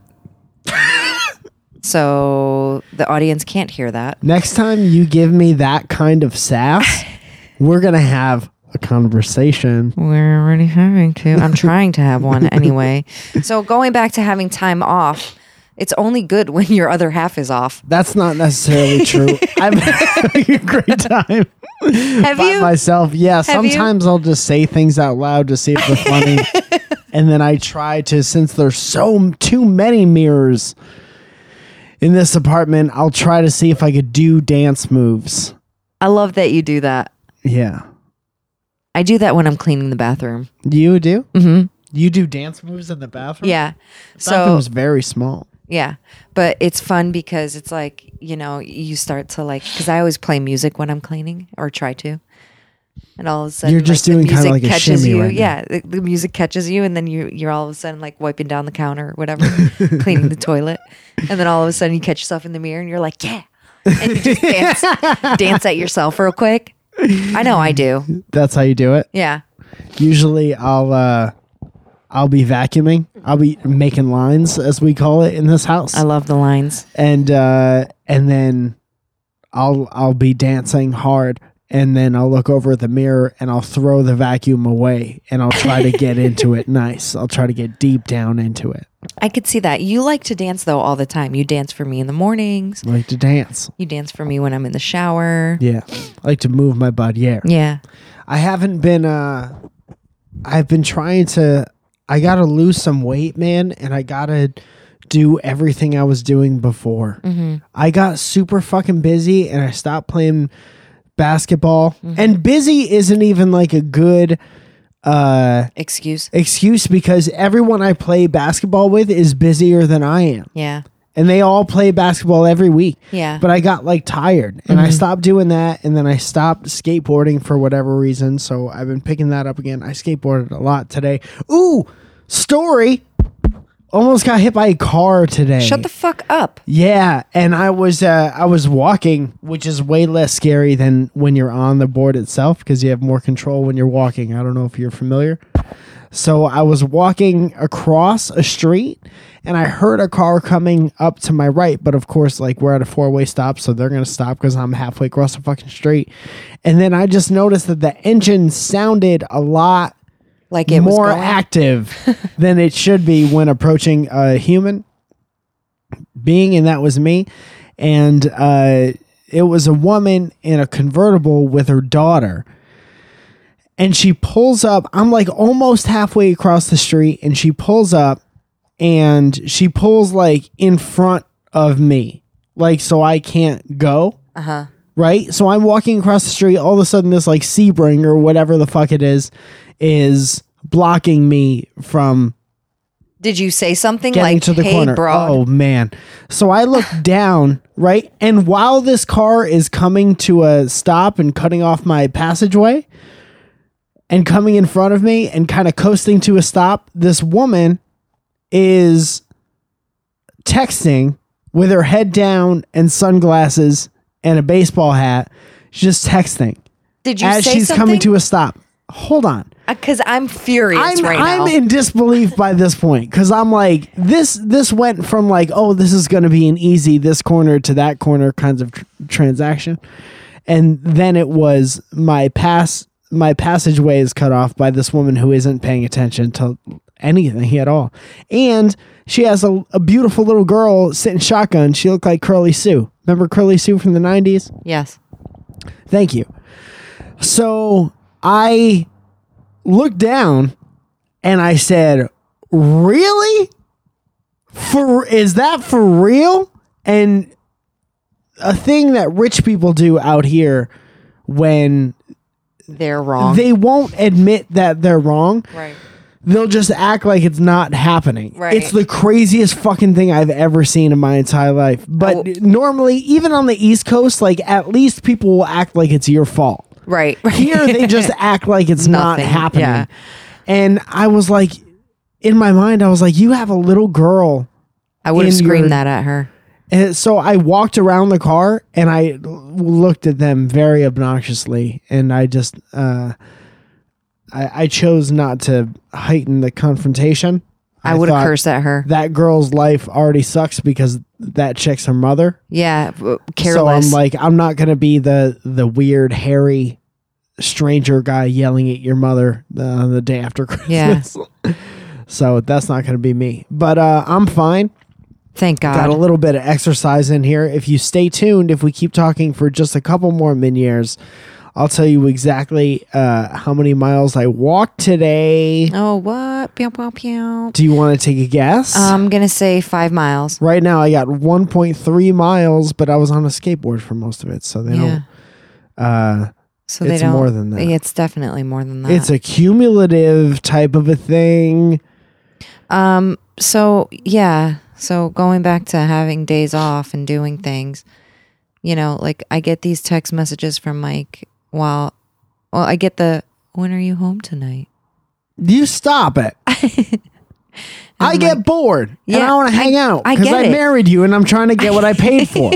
[SPEAKER 2] So the audience can't hear that.
[SPEAKER 1] Next time you give me that kind of sass,
[SPEAKER 2] <laughs>
[SPEAKER 1] we're gonna have a conversation.
[SPEAKER 2] We're already having to. I'm trying to have <laughs> one anyway. So going back to having time off, it's only good when your other half is <laughs> off.
[SPEAKER 1] That's not necessarily
[SPEAKER 2] <laughs>
[SPEAKER 1] true. I'm having a great time
[SPEAKER 2] Have
[SPEAKER 1] by
[SPEAKER 2] you?
[SPEAKER 1] myself. Yeah,
[SPEAKER 2] Have you-
[SPEAKER 1] sometimes I'll just say things out loud to see if they're
[SPEAKER 2] <laughs>
[SPEAKER 1] funny, and then I try to. Since there's so m- too many mirrors in this apartment, I'll try to see if I could do dance moves.
[SPEAKER 2] I love that you do that.
[SPEAKER 1] Yeah,
[SPEAKER 2] I do that when I'm cleaning the bathroom.
[SPEAKER 1] you do.
[SPEAKER 2] Mm-hmm.
[SPEAKER 1] You do dance moves in the bathroom.
[SPEAKER 2] Yeah. So
[SPEAKER 1] bathroom's very small.
[SPEAKER 2] yeah, but it's fun because it's like you know you start to like because I always play music when I'm cleaning or try to, and all of a sudden
[SPEAKER 1] You're just
[SPEAKER 2] like,
[SPEAKER 1] doing
[SPEAKER 2] the
[SPEAKER 1] kinda like
[SPEAKER 2] music
[SPEAKER 1] a
[SPEAKER 2] catches
[SPEAKER 1] shimmy
[SPEAKER 2] you.
[SPEAKER 1] right now.
[SPEAKER 2] yeah, the, the music catches you, and then you you're all of a sudden like wiping down the counter or
[SPEAKER 1] <laughs>
[SPEAKER 2] whatever, cleaning the toilet, and then all of a sudden you catch yourself in the mirror and you're like yeah, and you
[SPEAKER 1] <laughs>
[SPEAKER 2] just dance dance at yourself real quick. I know I do.
[SPEAKER 1] That's how you do it.
[SPEAKER 2] Yeah.
[SPEAKER 1] usually I'll uh I'll be vacuuming. I'll be making lines as we call it in this house.
[SPEAKER 2] I love the lines.
[SPEAKER 1] and uh and then I'll I'll be dancing hard and then I'll look over at the mirror and I'll throw the vacuum away and I'll try to
[SPEAKER 2] <laughs>
[SPEAKER 1] get into it nice. I'll try to get deep down into it.
[SPEAKER 2] I could see that. You like to dance though all the time. You dance for me in the mornings.
[SPEAKER 1] I like to dance.
[SPEAKER 2] You dance for me when I'm in the shower.
[SPEAKER 1] Yeah. I like to move my body.
[SPEAKER 2] Yeah.
[SPEAKER 1] I haven't been uh I've been trying to I got to lose some weight, man, and I got to do everything I was doing before. I got super fucking busy and I stopped playing basketball. And busy isn't even like a good uh
[SPEAKER 2] Excuse.
[SPEAKER 1] excuse because everyone I play basketball with is busier than I am.
[SPEAKER 2] Yeah.
[SPEAKER 1] And they all play basketball every week.
[SPEAKER 2] Yeah. Mm-hmm.
[SPEAKER 1] But I got like tired and I stopped doing that and then I stopped skateboarding for whatever reason. So I've been picking that up again. I skateboarded a lot today. Ooh, story. Almost got hit by a car today.
[SPEAKER 2] Shut the fuck up.
[SPEAKER 1] Yeah, and I was uh, I was walking, which is way less scary than when you're on the board itself because you have more control when you're walking. I don't know if you're familiar. So I was walking across a street and I heard a car coming up to my right, but of course like we're at a four-way stop, so they're going to stop cuz I'm halfway across the fucking street. And then I just noticed that the engine sounded a lot
[SPEAKER 2] Like it
[SPEAKER 1] more
[SPEAKER 2] was going.
[SPEAKER 1] active
[SPEAKER 2] <laughs>
[SPEAKER 1] than it should be when approaching a human being, and that was me. And uh, it was a woman in a convertible with her daughter. And she pulls up. I'm like almost halfway across the street, and she pulls up and she pulls like in front of me, like so I can't go
[SPEAKER 2] uh-huh.
[SPEAKER 1] right? So I'm walking across the street. All of a sudden, this like Sebring or whatever the fuck it is is blocking me from
[SPEAKER 2] Did you say something
[SPEAKER 1] getting
[SPEAKER 2] like
[SPEAKER 1] to the
[SPEAKER 2] hey
[SPEAKER 1] corner.
[SPEAKER 2] broad?
[SPEAKER 1] Oh man! So I
[SPEAKER 2] <sighs>
[SPEAKER 1] look down, right, and while this car is coming to a stop and cutting off my passageway, and coming in front of me and kind of coasting to a stop, this woman is texting with her head down and sunglasses and a baseball hat. She's just texting
[SPEAKER 2] Did you
[SPEAKER 1] as
[SPEAKER 2] say
[SPEAKER 1] she's
[SPEAKER 2] something?
[SPEAKER 1] coming to a stop. Hold on.
[SPEAKER 2] Because I'm furious
[SPEAKER 1] I'm,
[SPEAKER 2] right now.
[SPEAKER 1] I'm in disbelief by this point because I'm like this. This went from like oh this is going to be an easy this corner to that corner kinds of tr- transaction, and then it was my pass my passageway is cut off by this woman who isn't paying attention to anything at all, and she has a, a beautiful little girl sitting shotgun. She looked like Curly Sue. Remember Curly Sue from the '90s?
[SPEAKER 2] yes.
[SPEAKER 1] Thank you. So I looked down and I said, "Really? For is that for real?" And a thing that rich people do out here when
[SPEAKER 2] They're wrong.
[SPEAKER 1] they won't admit that they're wrong,
[SPEAKER 2] right.
[SPEAKER 1] they'll just act like it's not happening.
[SPEAKER 2] Right.
[SPEAKER 1] It's the craziest fucking thing I've ever seen in my entire life. But
[SPEAKER 2] Oh.
[SPEAKER 1] normally, even on the East Coast, like at least people will act like it's your fault
[SPEAKER 2] Right. <laughs>
[SPEAKER 1] here they just act like it's not
[SPEAKER 2] Nothing,
[SPEAKER 1] happening.
[SPEAKER 2] yeah.
[SPEAKER 1] And I was like, in my mind, I was like, you have a little girl.
[SPEAKER 2] I would have
[SPEAKER 1] in your-
[SPEAKER 2] screamed that at her.
[SPEAKER 1] And so I walked around the car and I l- looked at them very obnoxiously. And I just, uh, I, I chose not to heighten the confrontation.
[SPEAKER 2] I would have
[SPEAKER 1] thought
[SPEAKER 2] cursed at her.
[SPEAKER 1] That girl's life already sucks because that chick's her mother.
[SPEAKER 2] yeah, w-
[SPEAKER 1] So
[SPEAKER 2] careless.
[SPEAKER 1] I'm like, I'm not gonna be the the weird hairy stranger guy yelling at your mother uh, on the day after <laughs>
[SPEAKER 2] Yeah.
[SPEAKER 1] Christmas. <laughs> so that's not gonna be me. But uh, I'm fine.
[SPEAKER 2] Thank God.
[SPEAKER 1] Got a little bit of exercise in here. If you stay tuned, if we keep talking for just a couple more min years, I'll tell you exactly uh, how many miles I walked today.
[SPEAKER 2] oh what? Pew, pew, pew.
[SPEAKER 1] Do you want to take a guess?
[SPEAKER 2] I'm gonna say five miles.
[SPEAKER 1] right now, I got 1.3 miles, but I was on a skateboard for most of it, so they
[SPEAKER 2] yeah.
[SPEAKER 1] don't. Uh,
[SPEAKER 2] So they
[SPEAKER 1] it's
[SPEAKER 2] don't.
[SPEAKER 1] more than that.
[SPEAKER 2] It's definitely more than that.
[SPEAKER 1] It's a cumulative type of a thing.
[SPEAKER 2] Um. So yeah. So going back to having days off and doing things, you know, like I get these text messages from Mike while, well, I get the when are you home tonight?
[SPEAKER 1] You stop
[SPEAKER 2] <laughs>
[SPEAKER 1] it. I get bored and
[SPEAKER 2] Yeah,
[SPEAKER 1] I want to hang out
[SPEAKER 2] I
[SPEAKER 1] because
[SPEAKER 2] get
[SPEAKER 1] I,
[SPEAKER 2] it.
[SPEAKER 1] married you and I'm trying to get what I
[SPEAKER 2] <laughs>
[SPEAKER 1] paid for.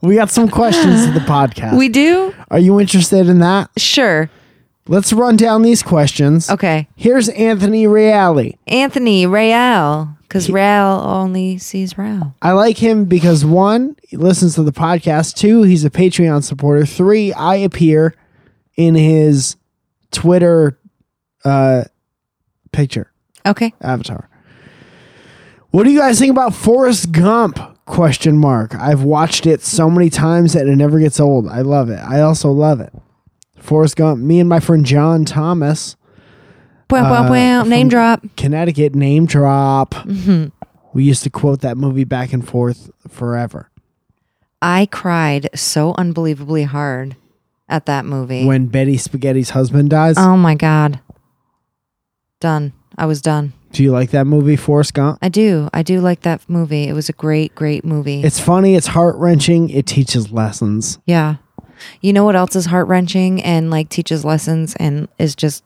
[SPEAKER 1] we got some questions
[SPEAKER 2] <gasps>
[SPEAKER 1] to the podcast.
[SPEAKER 2] We do.
[SPEAKER 1] Are you interested in that?
[SPEAKER 2] Sure.
[SPEAKER 1] Let's run down these questions.
[SPEAKER 2] Okay.
[SPEAKER 1] Here's Anthony Reale.
[SPEAKER 2] Anthony Rael, because Rael only sees Rael.
[SPEAKER 1] I like him because one, he listens to the podcast. Two, he's a Patreon supporter. Three, I appear in his Twitter uh, picture
[SPEAKER 2] Okay.
[SPEAKER 1] avatar. What do you guys think about Forrest Gump? Question mark. I've watched it so many times that it never gets old. I love it. I also love it. Forrest Gump. Me and my friend John Thomas
[SPEAKER 2] Wow, wow, wow. Name drop.
[SPEAKER 1] Connecticut name drop. We used to quote that movie back and forth forever.
[SPEAKER 2] I cried so unbelievably hard at that movie.
[SPEAKER 1] When Betty Spaghetti's husband dies,
[SPEAKER 2] oh my God. Done. I was done.
[SPEAKER 1] do you like that movie, Forrest Gump?
[SPEAKER 2] I do. I do like that movie. It was a great, great movie.
[SPEAKER 1] It's funny. It's heart wrenching. It teaches lessons.
[SPEAKER 2] yeah. You know what else is heart wrenching and like teaches lessons and is just.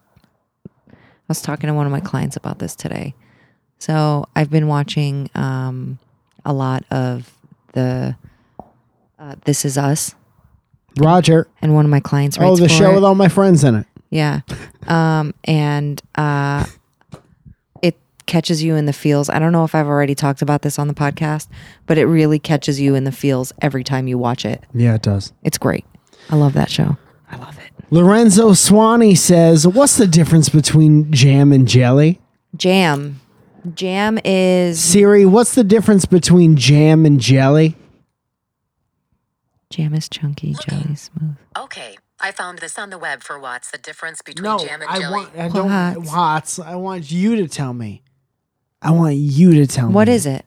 [SPEAKER 2] I was talking to one of my clients about this today. So I've been watching um, a lot of the uh, This Is Us,
[SPEAKER 1] Roger.
[SPEAKER 2] and one of my clients writes
[SPEAKER 1] Oh, the
[SPEAKER 2] for
[SPEAKER 1] show
[SPEAKER 2] it.
[SPEAKER 1] with all my friends in it.
[SPEAKER 2] Yeah. Um, and uh, it catches you in the feels. I don't know if I've already talked about this on the podcast, but it really catches you in the feels every time you watch it.
[SPEAKER 1] Yeah, it does.
[SPEAKER 2] It's great. I love that show. I love it.
[SPEAKER 1] Lorenzo Swanee says, "What's the difference between jam and jelly?"
[SPEAKER 2] Jam. Jam is
[SPEAKER 1] Siri, what's the difference between jam and jelly?
[SPEAKER 2] jam is chunky, jelly smooth.
[SPEAKER 3] Okay, I found this on the web for what's the difference between jam and jelly.
[SPEAKER 1] I
[SPEAKER 2] Watts.
[SPEAKER 1] Watts. I want you to tell me. I want you to tell me.
[SPEAKER 2] What is it?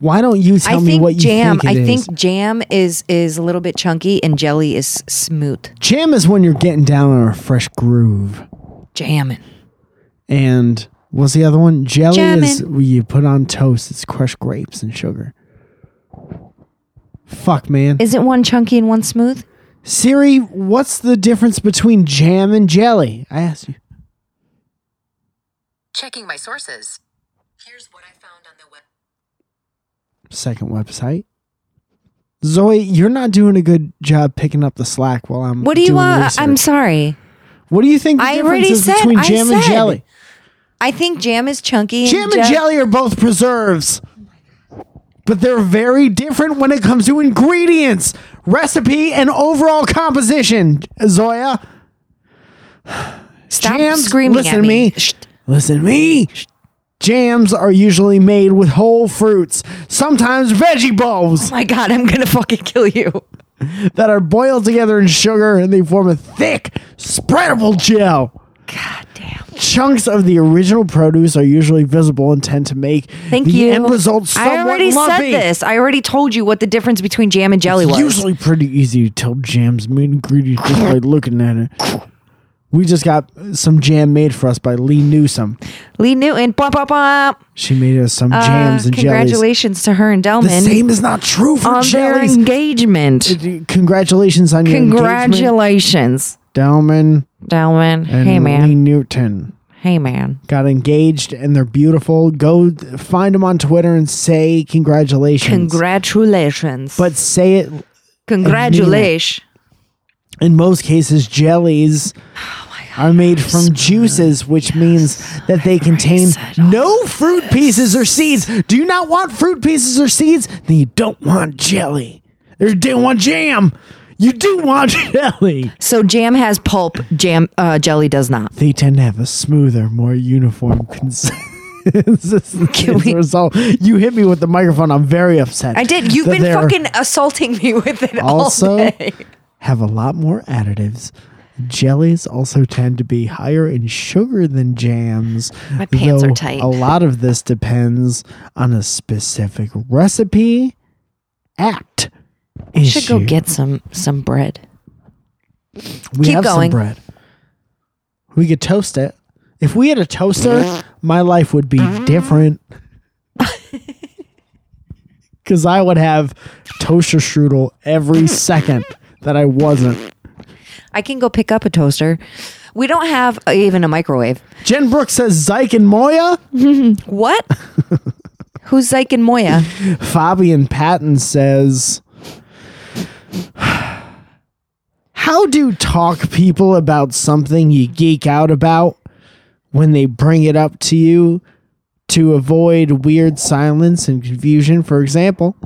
[SPEAKER 1] Why don't you tell
[SPEAKER 2] I
[SPEAKER 1] me
[SPEAKER 2] think
[SPEAKER 1] what you
[SPEAKER 2] jam.
[SPEAKER 1] think it
[SPEAKER 2] I
[SPEAKER 1] is?
[SPEAKER 2] think jam is is a little bit chunky and jelly is smooth.
[SPEAKER 1] jam is when you're getting down on a fresh groove.
[SPEAKER 2] Jamming.
[SPEAKER 1] And what's the other one? Jelly is
[SPEAKER 2] Jammin'.
[SPEAKER 1] where you put on toast. It's crushed grapes and sugar. Fuck, man.
[SPEAKER 2] Isn't one chunky and one smooth?
[SPEAKER 1] Siri, what's the difference between jam and jelly? I asked you.
[SPEAKER 3] Checking my sources. Here's what I found on the web.
[SPEAKER 1] Second website. Zoe, you're not doing a good job picking up the slack while I'm.
[SPEAKER 2] What do you
[SPEAKER 1] doing
[SPEAKER 2] want?
[SPEAKER 1] research.
[SPEAKER 2] I'm sorry.
[SPEAKER 1] What do you think the
[SPEAKER 2] I
[SPEAKER 1] difference
[SPEAKER 2] already
[SPEAKER 1] is
[SPEAKER 2] said-
[SPEAKER 1] between
[SPEAKER 2] I
[SPEAKER 1] jam and
[SPEAKER 2] said.
[SPEAKER 1] jelly?
[SPEAKER 2] I think jam is chunky.
[SPEAKER 1] Jam and
[SPEAKER 2] je-
[SPEAKER 1] jelly are both preserves, but they're very different when it comes to ingredients, recipe, and overall composition. Zoya,
[SPEAKER 2] Stop
[SPEAKER 1] Jams-
[SPEAKER 2] screaming
[SPEAKER 1] listen
[SPEAKER 2] at
[SPEAKER 1] to
[SPEAKER 2] me.
[SPEAKER 1] me. listen to me. Jams are usually made with whole fruits, sometimes veggie bulbs.
[SPEAKER 2] my God, I'm gonna fucking kill you.
[SPEAKER 1] that are boiled together in sugar and they form a thick, spreadable gel.
[SPEAKER 2] God damn.
[SPEAKER 1] Chunks of the original produce are usually visible and tend to make
[SPEAKER 2] Thank
[SPEAKER 1] the
[SPEAKER 2] you.
[SPEAKER 1] end result somewhat
[SPEAKER 2] I already
[SPEAKER 1] lumpy.
[SPEAKER 2] said this. I already told you what the difference between jam and jelly was.
[SPEAKER 1] Usually pretty easy to tell jam's main ingredients just by looking at it. We just got some jam made for us by Lee Newsom.
[SPEAKER 2] Lee Newton. Blah, blah, blah.
[SPEAKER 1] She made us some
[SPEAKER 2] Uh,
[SPEAKER 1] jams and jellies.
[SPEAKER 2] congratulations Um, to her and
[SPEAKER 1] The
[SPEAKER 2] Delman
[SPEAKER 1] same is not true for
[SPEAKER 2] on their
[SPEAKER 1] jellies.
[SPEAKER 2] engagement.
[SPEAKER 1] Congratulations on your engagement,
[SPEAKER 2] Congratulations,
[SPEAKER 1] Delman
[SPEAKER 2] Delman.
[SPEAKER 1] and
[SPEAKER 2] hey man.
[SPEAKER 1] Lee Newton.
[SPEAKER 2] Hey man.
[SPEAKER 1] got engaged and they're beautiful. Go th- find them on Twitter and say congratulations.
[SPEAKER 2] Congratulations.
[SPEAKER 1] but say it
[SPEAKER 2] congratulations.
[SPEAKER 1] in most cases jellies are made from juices, which means that they contain no fruit pieces or seeds. Do you not want fruit pieces or seeds? Then you don't want jelly. Or you don't want jam. You do want <laughs> jelly.
[SPEAKER 2] So jam has pulp. Jam uh, jelly does not.
[SPEAKER 1] They tend to have a smoother, more uniform <laughs> consistency. As a result, you hit me with the microphone. I'm very upset.
[SPEAKER 2] I did. You've
[SPEAKER 1] that
[SPEAKER 2] been
[SPEAKER 1] they're
[SPEAKER 2] fucking assaulting me with it all
[SPEAKER 1] also
[SPEAKER 2] day.
[SPEAKER 1] have a lot more additives. Jellies also tend to be higher in sugar than jams. My
[SPEAKER 2] pants are tight.
[SPEAKER 1] A lot of this depends on a specific recipe, act,
[SPEAKER 2] You
[SPEAKER 1] issue.
[SPEAKER 2] should go get some some bread.
[SPEAKER 1] We
[SPEAKER 2] Keep
[SPEAKER 1] have
[SPEAKER 2] going.
[SPEAKER 1] some bread. We could toast it. If we had a toaster, my life would be different. <laughs> Because I would have toaster strudel every second that I wasn't.
[SPEAKER 2] I can go pick up a toaster. We don't have uh, even a microwave.
[SPEAKER 1] Jen Brooks says Zyke and Moya.
[SPEAKER 2] What? Who's Zyke and Moya?
[SPEAKER 1] Fabian Patton says, How do you talk people about something you geek out about when they bring it up to you to avoid weird silence and confusion? For example,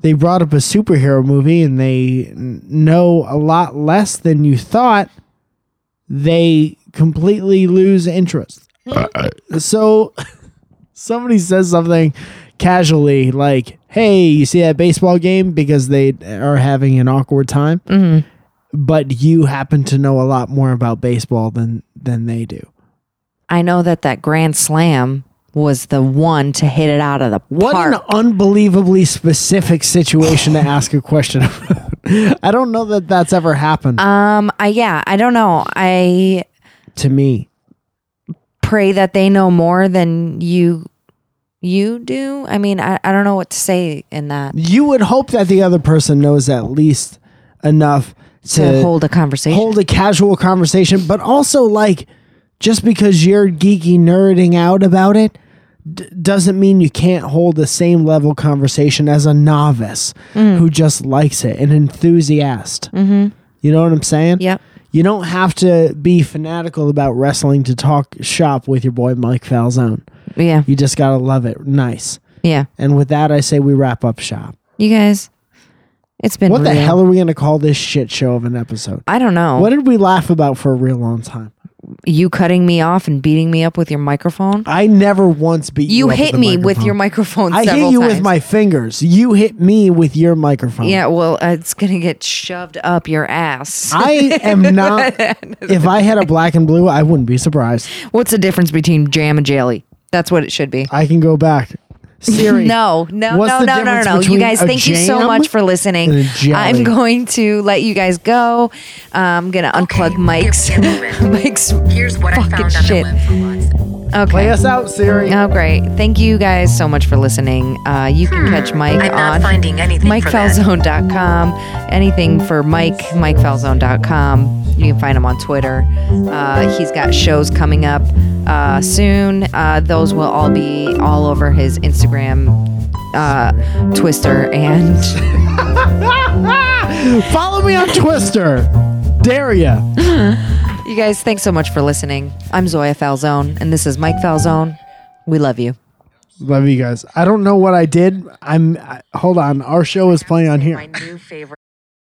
[SPEAKER 1] they brought up a superhero movie and they n- know a lot less than you thought. They completely lose interest. so somebody says something casually like hey you see that baseball game because they are having an awkward time but you happen to know a lot more about baseball than than they do
[SPEAKER 2] I know that that Grand Slam was the one to hit it out of the
[SPEAKER 1] what
[SPEAKER 2] park.
[SPEAKER 1] an unbelievably specific situation to ask a question about <laughs> i don't know that that's ever happened
[SPEAKER 2] um, I yeah, I don't know. I
[SPEAKER 1] to me
[SPEAKER 2] pray that they know more than you you do. I mean, I, I don't know what to say in that
[SPEAKER 1] you would hope that the other person knows at least enough
[SPEAKER 2] to
[SPEAKER 1] to,
[SPEAKER 2] hold a conversation.
[SPEAKER 1] hold a casual conversation, but also like just because you're geeky nerding out about it d- doesn't mean you can't hold the same level conversation as a novice who just likes it, an enthusiast. Mm-hmm. You know what I'm saying?
[SPEAKER 2] Yep.
[SPEAKER 1] You don't have to be fanatical about wrestling to talk shop with your boy Mike Falzone.
[SPEAKER 2] yeah,
[SPEAKER 1] You just gotta love it. Nice.
[SPEAKER 2] yeah.
[SPEAKER 1] And with that, I say we wrap up shop.
[SPEAKER 2] You guys, it's been
[SPEAKER 1] What the
[SPEAKER 2] real.
[SPEAKER 1] hell are we gonna call this shit show of an episode?
[SPEAKER 2] I don't know.
[SPEAKER 1] What did we laugh about for a real long time?
[SPEAKER 2] you cutting me off and beating me up with your microphone.
[SPEAKER 1] I never once beat you.
[SPEAKER 2] You
[SPEAKER 1] up
[SPEAKER 2] hit
[SPEAKER 1] the
[SPEAKER 2] me with
[SPEAKER 1] microphone.
[SPEAKER 2] your microphone.
[SPEAKER 1] I hit
[SPEAKER 2] several
[SPEAKER 1] you with
[SPEAKER 2] times.
[SPEAKER 1] my fingers. You hit me with your microphone.
[SPEAKER 2] Yeah, well, uh, it's gonna get shoved up your ass.
[SPEAKER 1] I
[SPEAKER 2] <laughs>
[SPEAKER 1] am not. if I had a black and blue, I wouldn't be surprised.
[SPEAKER 2] What's the difference between jam and jelly? That's what it should be.
[SPEAKER 1] I can go back. Siri.
[SPEAKER 2] No, no,
[SPEAKER 1] what's
[SPEAKER 2] no,
[SPEAKER 1] the
[SPEAKER 2] no, no,
[SPEAKER 1] difference
[SPEAKER 2] no. You
[SPEAKER 1] between
[SPEAKER 2] guys,
[SPEAKER 1] a
[SPEAKER 2] thank you so
[SPEAKER 1] jam
[SPEAKER 2] much for listening.
[SPEAKER 1] and a jelly?
[SPEAKER 2] I'm going to let you guys go. I'm gonna unplug Mike's. <laughs>
[SPEAKER 3] you're moving.
[SPEAKER 2] Mike's.
[SPEAKER 3] Here's what I
[SPEAKER 2] Fucking
[SPEAKER 3] found on
[SPEAKER 2] shit.
[SPEAKER 3] the web for Watson.
[SPEAKER 1] Play
[SPEAKER 2] Okay.
[SPEAKER 1] us out, Siri.
[SPEAKER 2] Oh, great. Thank you guys so much for listening. Uh, you can
[SPEAKER 1] Hmm.
[SPEAKER 2] catch Mike
[SPEAKER 3] I'm not
[SPEAKER 2] on
[SPEAKER 3] finding anything for that.
[SPEAKER 2] MikeFalzone.com. Anything for Mike, MikeFalzone.com. You can find him on Twitter. Uh, he's got shows coming up uh, soon. Uh, those will all be all over his Instagram, uh, Twister, and <laughs>
[SPEAKER 1] Ah! Follow me on Twister. Dare ya?
[SPEAKER 2] you guys. Thanks so much for listening. I'm Zoya Falzone, and this is Mike Falzone. We love you.
[SPEAKER 1] Love you guys. I don't know what I did. I'm. I, hold on. Our show is playing on here.
[SPEAKER 3] My new favorite.